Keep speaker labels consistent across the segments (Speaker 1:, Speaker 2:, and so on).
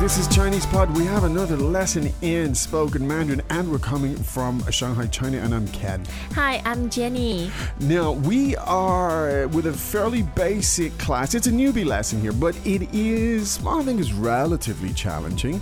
Speaker 1: This is Chinese Pod. We have another lesson in spoken Mandarin, and we're coming from Shanghai, China. And I'm Ken.
Speaker 2: Hi, I'm Jenny.
Speaker 1: Now we are with a fairly basic class. It's a newbie lesson here, but it is well, I think it's relatively challenging.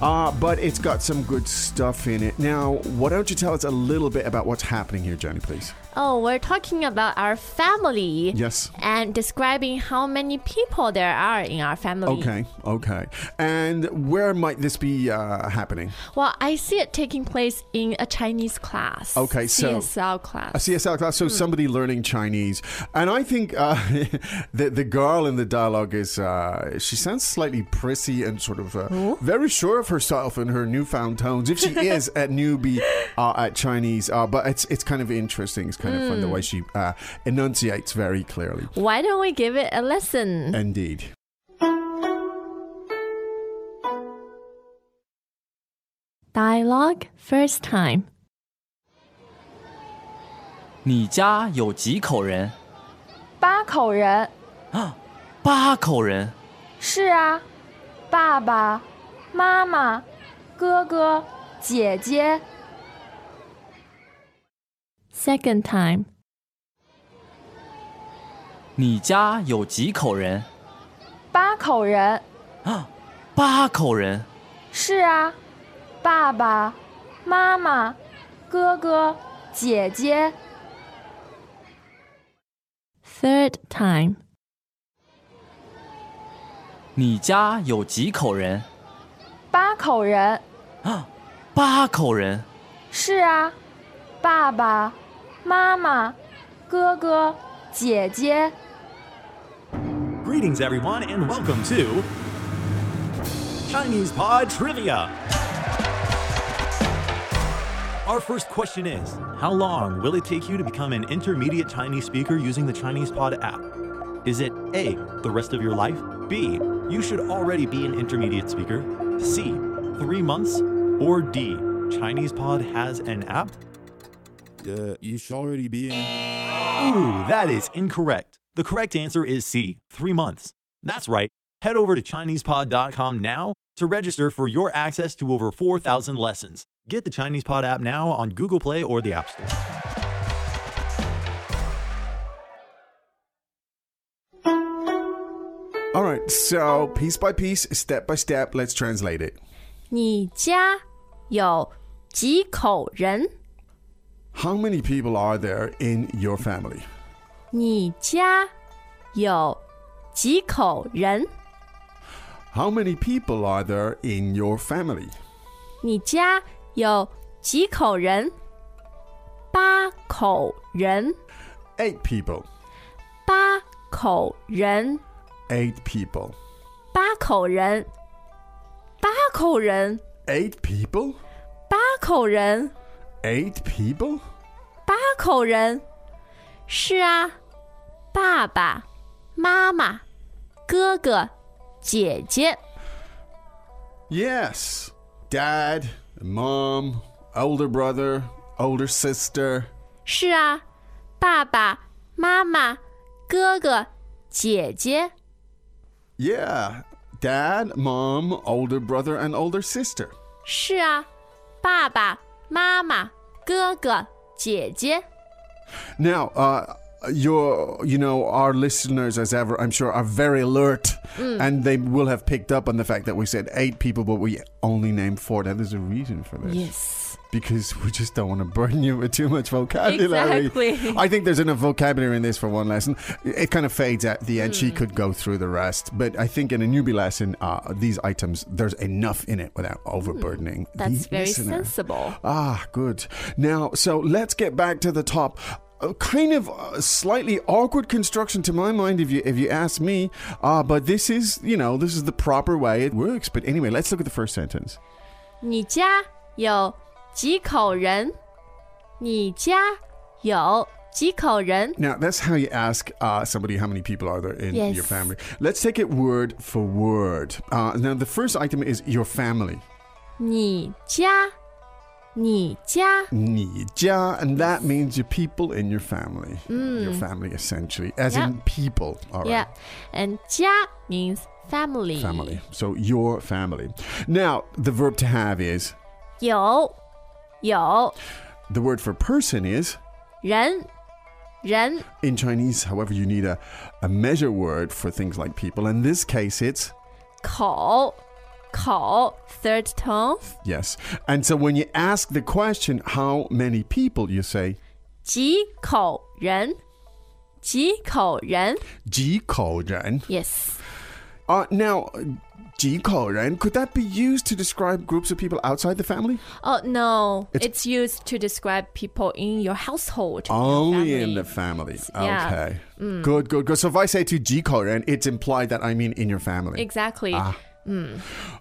Speaker 1: Uh, but it's got some good stuff in it. Now, why don't you tell us a little bit about what's happening here, Jenny, please?
Speaker 2: Oh, we're talking about our family.
Speaker 1: Yes.
Speaker 2: And describing how many people there are in our family.
Speaker 1: Okay, okay. And where might this be uh, happening?
Speaker 2: Well, I see it taking place in a Chinese class.
Speaker 1: Okay, so-
Speaker 2: CSL
Speaker 1: A
Speaker 2: class.
Speaker 1: CSL class, so somebody learning Chinese, and I think uh, the the girl in the dialogue is uh, she sounds slightly prissy and sort of uh, very sure of herself in her newfound tones. If she is a newbie uh, at Chinese, uh, but it's it's kind of interesting. It's kind of fun the way she uh, enunciates very clearly.
Speaker 2: Why don't we give it a lesson?
Speaker 1: Indeed.
Speaker 2: ？Dialogue first time.
Speaker 3: 你家有几口人？
Speaker 4: 八口人。
Speaker 3: 八口人。
Speaker 4: 是啊，爸爸妈妈、哥哥、姐姐。
Speaker 2: Second time.
Speaker 3: 你家有几口人？
Speaker 4: 八口人。
Speaker 3: 八口人。
Speaker 4: 是啊，爸爸妈妈、哥哥、姐姐。
Speaker 2: Third time.
Speaker 3: 你家有几口人？
Speaker 4: 八口人。
Speaker 3: 八口人。
Speaker 4: 是啊，爸爸妈妈、哥哥、姐姐。
Speaker 5: Greetings, everyone, and welcome to Chinese Pod Trivia. Our first question is How long will it take you to become an intermediate Chinese speaker using the Chinese Pod app? Is it A, the rest of your life? B, you should already be an intermediate speaker? C, three months? Or D, Chinese Pod has an app?
Speaker 6: Uh, you should already be in.
Speaker 5: Ooh, that is incorrect. The correct answer is C, three months. That's right. Head over to ChinesePod.com now to register for your access to over 4,000 lessons. Get the Chinese Pod app now on Google Play or the App Store.
Speaker 1: All right, so piece by piece, step by step, let's translate it.
Speaker 2: 你家有几口人？
Speaker 1: How many people are there in your family?
Speaker 2: 你家有几口人？
Speaker 1: How many people are there in your family?
Speaker 2: 你家有几口人？八口人，
Speaker 1: Eight people.
Speaker 2: 八口人，
Speaker 1: Eight people.
Speaker 2: 八口人，八口人，
Speaker 1: Eight people?
Speaker 2: 八口人，
Speaker 1: Eight people?
Speaker 2: 八口人。是啊，爸爸妈妈、哥哥、姐姐，
Speaker 1: Yes. Dad, mom, older brother, older sister.
Speaker 2: 是啊，爸爸妈妈、哥哥、姐姐，
Speaker 1: Yeah. Dad, mom, older brother, and older sister.
Speaker 2: 是啊，爸爸妈妈、哥哥、姐姐。
Speaker 1: Now, uh, your, you know, our listeners, as ever, I'm sure, are very alert,
Speaker 2: Mm.
Speaker 1: and they will have picked up on the fact that we said eight people, but we only named four. Now, there's a reason for this.
Speaker 2: Yes.
Speaker 1: because we just don't want to burden you with too much vocabulary.
Speaker 2: Exactly.
Speaker 1: I think there's enough vocabulary in this for one lesson. It kind of fades at the end. She
Speaker 2: Mm.
Speaker 1: could go through the rest, but I think in a newbie lesson, uh, these items there's enough in it without overburdening.
Speaker 2: Mm. That's
Speaker 1: the
Speaker 2: very
Speaker 1: listener.
Speaker 2: sensible.
Speaker 1: Ah, good. Now, so let's get back to the top. A kind of uh, slightly awkward construction to my mind, if you if you ask me. Uh, but this is you know this is the proper way it works. But anyway, let's look at the first sentence.
Speaker 2: 你家有几口人？你家有几口人？
Speaker 1: Now, that's how you ask uh, somebody how many people are there in
Speaker 2: Yes.
Speaker 1: your family. Let's take it word for word. Uh, now, the first item is your family.
Speaker 2: 你家，你家
Speaker 1: Nijia, and that means your people in your family. Your family, essentially, as
Speaker 2: Mm. Yeah.
Speaker 1: in people. All right.
Speaker 2: yeah, and 家 means family，,
Speaker 1: Family. So your family. Now, the verb to have is.
Speaker 2: 有有
Speaker 1: The word for person is.
Speaker 2: 人人
Speaker 1: In Chinese, however, you need a, a measure word for things like people. In this case, it's
Speaker 2: 口口 third tone
Speaker 1: yes. And so when you ask the question, how many people, you say
Speaker 2: 几口人几口人
Speaker 1: ji kou ren.
Speaker 2: yes
Speaker 1: Uh, now, ji kou ren, could that be used to describe groups of people outside the family?
Speaker 2: oh no
Speaker 1: It's- Oh.
Speaker 2: it's, used to describe people in your household in your
Speaker 1: Only in
Speaker 2: family.
Speaker 1: the family.
Speaker 2: Yeah.
Speaker 1: Okay. Good, good, good. So if I say to ji kou ren, it's implied that I mean in your family.
Speaker 2: exactly
Speaker 1: Ah.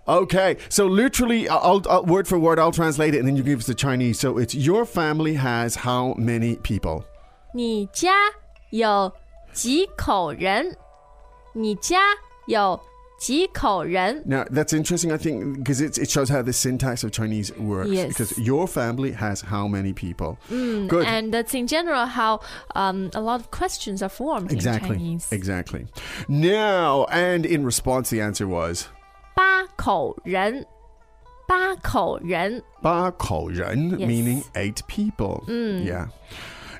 Speaker 1: Okay, so literally, I- I'll, I'll, word for word, I'll translate it and then you give us the Chinese. So it's your family has how many people?
Speaker 2: 你家有几口人？你家有几口人？
Speaker 1: Now, that's interesting, I think, because it, it shows how the syntax of Chinese works.
Speaker 2: Yes. Mm,
Speaker 1: Because your family has how many people? Good.
Speaker 2: And that's in general how um, a lot of questions are formed
Speaker 1: exactly.
Speaker 2: in Chinese.
Speaker 1: Exactly. Now, and in response, the answer was
Speaker 2: 八口人，八口人。
Speaker 1: Ba Kou Ren,
Speaker 2: Yes. Mm.
Speaker 1: meaning eight people. Yeah.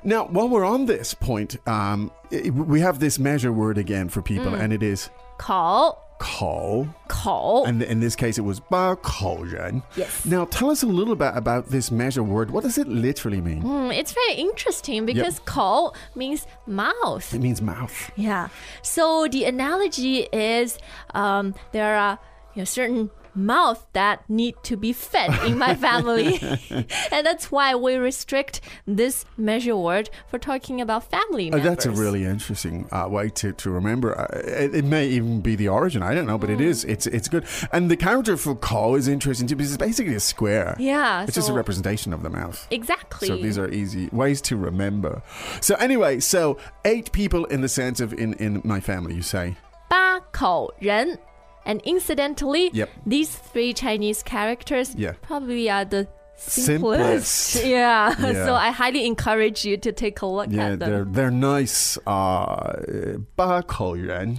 Speaker 1: Now, while we're on this point, um, i- we have this measure word again for people,
Speaker 2: Mm.
Speaker 1: and it is
Speaker 2: 口
Speaker 1: Kou.
Speaker 2: 口
Speaker 1: And in this case, it was Ba Kou Ren.
Speaker 2: Oh. Yes.
Speaker 1: Now, tell us a little bit about this measure word. What does it literally mean?
Speaker 2: Mm, it's very interesting because 口 means mouth.
Speaker 1: It means mouth.
Speaker 2: Yeah. So the analogy is um, there are you know, certain mouths that need to be fed in my family. and that's why we restrict this measure word for talking about family
Speaker 1: Uh,
Speaker 2: members.
Speaker 1: that's a really interesting uh, way to, to remember. Uh, it, it may even be the origin. I don't know, but it
Speaker 2: Hmm.
Speaker 1: is. It's it's good. And the character for call is interesting too because it's basically a square.
Speaker 2: Yeah.
Speaker 1: It's just a
Speaker 2: so-
Speaker 1: representation of the mouth.
Speaker 2: Exactly.
Speaker 1: So these are easy ways to remember. So anyway, so eight people in the sense of in, in my family, you say.
Speaker 2: 八口人. And incidentally,
Speaker 1: Yep.
Speaker 2: these three Chinese characters
Speaker 1: Yeah.
Speaker 2: probably are the simplest.
Speaker 1: Simplest.
Speaker 2: Yeah.
Speaker 1: Yeah.
Speaker 2: So I highly encourage you to take a look
Speaker 1: Yeah,
Speaker 2: at them.
Speaker 1: they're they're nice. Uh, 八口人.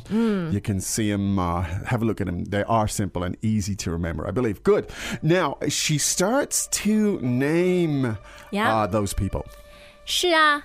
Speaker 1: You can see them. Uh, have a look at them. They are simple and easy to remember, I believe. Good. Now she starts to name
Speaker 2: Yeah.
Speaker 1: uh, those people.
Speaker 2: 是啊，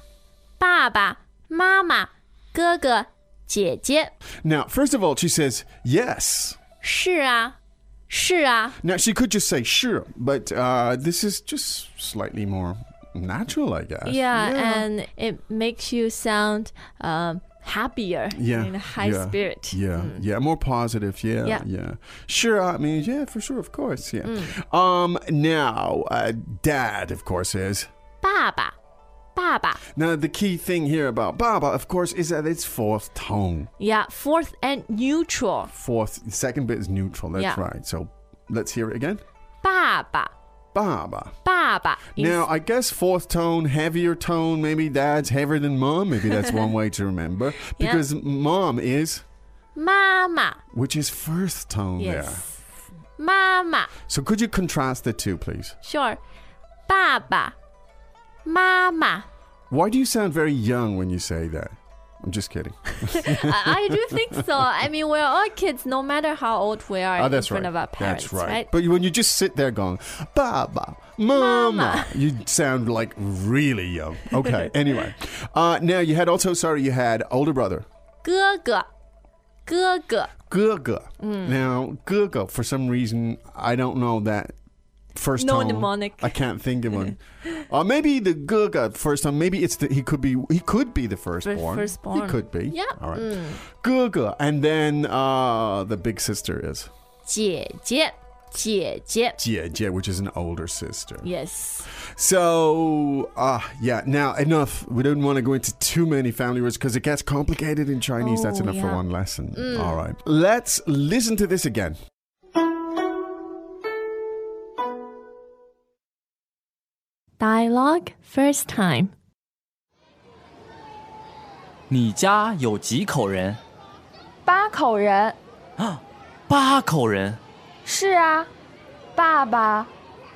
Speaker 2: 爸爸妈妈、哥哥、姐姐。
Speaker 1: Now, first of all, she says yes.
Speaker 2: 是啊，是啊，
Speaker 1: Now she could just say sure, but uh, this is just slightly more natural, I guess.
Speaker 2: yeah, and it makes you sound um happier,
Speaker 1: Yeah,
Speaker 2: in a high
Speaker 1: yeah,
Speaker 2: spirit.
Speaker 1: Yeah, yeah, more positive. Yeah, yeah,
Speaker 2: Mm. Yeah.
Speaker 1: Sure, I mean, yeah, for sure, of course. Yeah.
Speaker 2: Mm.
Speaker 1: Um, now, uh, dad, of course, is
Speaker 2: 爸爸，爸爸。
Speaker 1: now the key thing here about Baba, of course, is that it's fourth tone.
Speaker 2: Yeah, fourth and neutral.
Speaker 1: Fourth, the second bit is neutral. That's
Speaker 2: Yeah.
Speaker 1: right. So let's hear it again.
Speaker 2: 爸爸，
Speaker 1: Baba.
Speaker 2: 爸爸。
Speaker 1: Now,
Speaker 2: is-
Speaker 1: I guess fourth tone, heavier tone, maybe dad's heavier than mom. Maybe that's one way to remember.
Speaker 2: Yeah.
Speaker 1: Because mom is,
Speaker 2: 妈妈
Speaker 1: which is first tone there.
Speaker 2: ，yes，妈妈
Speaker 1: So could you contrast the two, please?
Speaker 2: ，sure，爸爸，妈妈。
Speaker 1: Why do you sound very young when you say that? I'm just kidding.
Speaker 2: I, I do think so. I mean, we're all kids, no matter how old we are
Speaker 1: oh,
Speaker 2: in
Speaker 1: that's
Speaker 2: front
Speaker 1: right.
Speaker 2: of our parents,
Speaker 1: that's right. But when you just sit there going, Baba, Mama,
Speaker 2: Mama.
Speaker 1: you sound like really young. Okay, anyway. Uh, now, you had also, sorry, you had older brother,
Speaker 2: 哥哥，哥哥，
Speaker 1: Guga. Now, Guga, for some reason, I don't know that first
Speaker 2: No
Speaker 1: tone.
Speaker 2: mnemonic.
Speaker 1: I can't think of one. uh, maybe the Guga first time, maybe it's the, he could be, he could be the firstborn. He
Speaker 2: firstborn.
Speaker 1: could be.
Speaker 2: Yeah.
Speaker 1: All right.
Speaker 2: Mm.
Speaker 1: Guga. And then uh, the big sister is.
Speaker 2: 姐姐，姐姐。
Speaker 1: Yeah, yeah, which is an older sister.
Speaker 2: Yes.
Speaker 1: So, uh, yeah, now enough. We don't want to go into too many family words because it gets complicated in Chinese. That's
Speaker 2: Oh,
Speaker 1: enough for
Speaker 2: yeah. Mm.
Speaker 1: one lesson. All right. Let's listen to this again.
Speaker 3: 你家有几口人？
Speaker 4: 八口人。
Speaker 3: 啊，八口人。
Speaker 4: 是啊，爸爸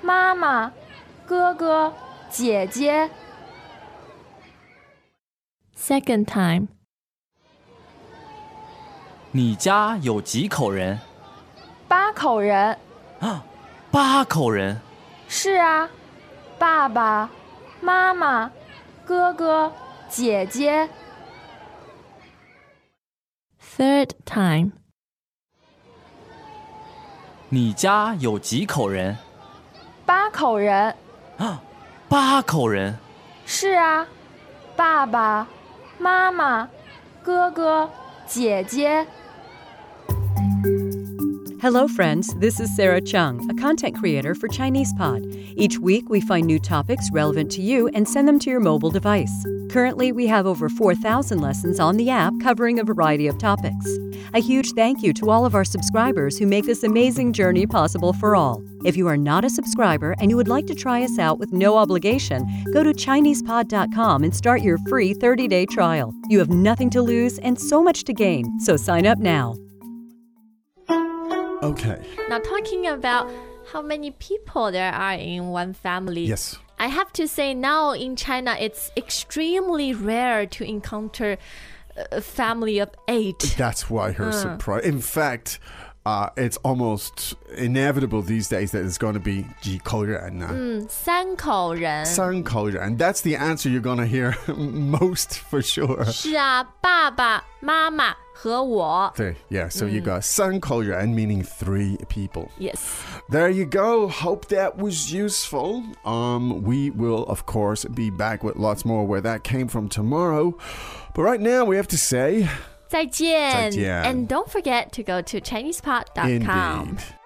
Speaker 4: 妈妈、哥哥、姐姐。
Speaker 2: Second time.
Speaker 3: 你家有几口人？
Speaker 4: 八口人。
Speaker 3: 啊，八口人。
Speaker 4: 是啊，爸爸妈妈、哥哥、姐姐。
Speaker 2: Third time.
Speaker 3: 你家有几口人？
Speaker 4: 八口人。
Speaker 3: 啊，八口人。
Speaker 4: 是啊，爸爸妈妈、哥哥、姐姐。
Speaker 7: Hello, friends. This is Sarah Chung, a content creator for Chinese Pod. Each week, we find new topics relevant to you and send them to your mobile device. Currently, we have over 4,000 lessons on the app covering a variety of topics. A huge thank you to all of our subscribers who make this amazing journey possible for all. If you are not a subscriber and you would like to try us out with no obligation, go to ChinesePod.com and start your free 30 day trial. You have nothing to lose and so much to gain, so sign up now.
Speaker 1: Okay.
Speaker 2: Now talking about how many people there are in one family.
Speaker 1: Yes.
Speaker 2: I have to say now in China it's extremely rare to encounter a family of 8.
Speaker 1: That's why her surprise. In fact, uh, it's almost inevitable these days that it's going to be 几口人啊,
Speaker 2: Mm. 三口
Speaker 1: Mm.
Speaker 2: 人。
Speaker 1: 三口人. That's the answer you're going to hear most for sure.
Speaker 2: 是啊，爸爸妈妈和我。
Speaker 1: 对, yeah, so you got 三口人, meaning three people.
Speaker 2: Yes.
Speaker 1: There you go. Hope that was useful. Um, we will, of course, be back with lots more where that came from tomorrow. But right now, we have to say,
Speaker 2: 再见。
Speaker 1: 再见
Speaker 2: And don't forget to go to ChinesePod.com.
Speaker 1: indeed.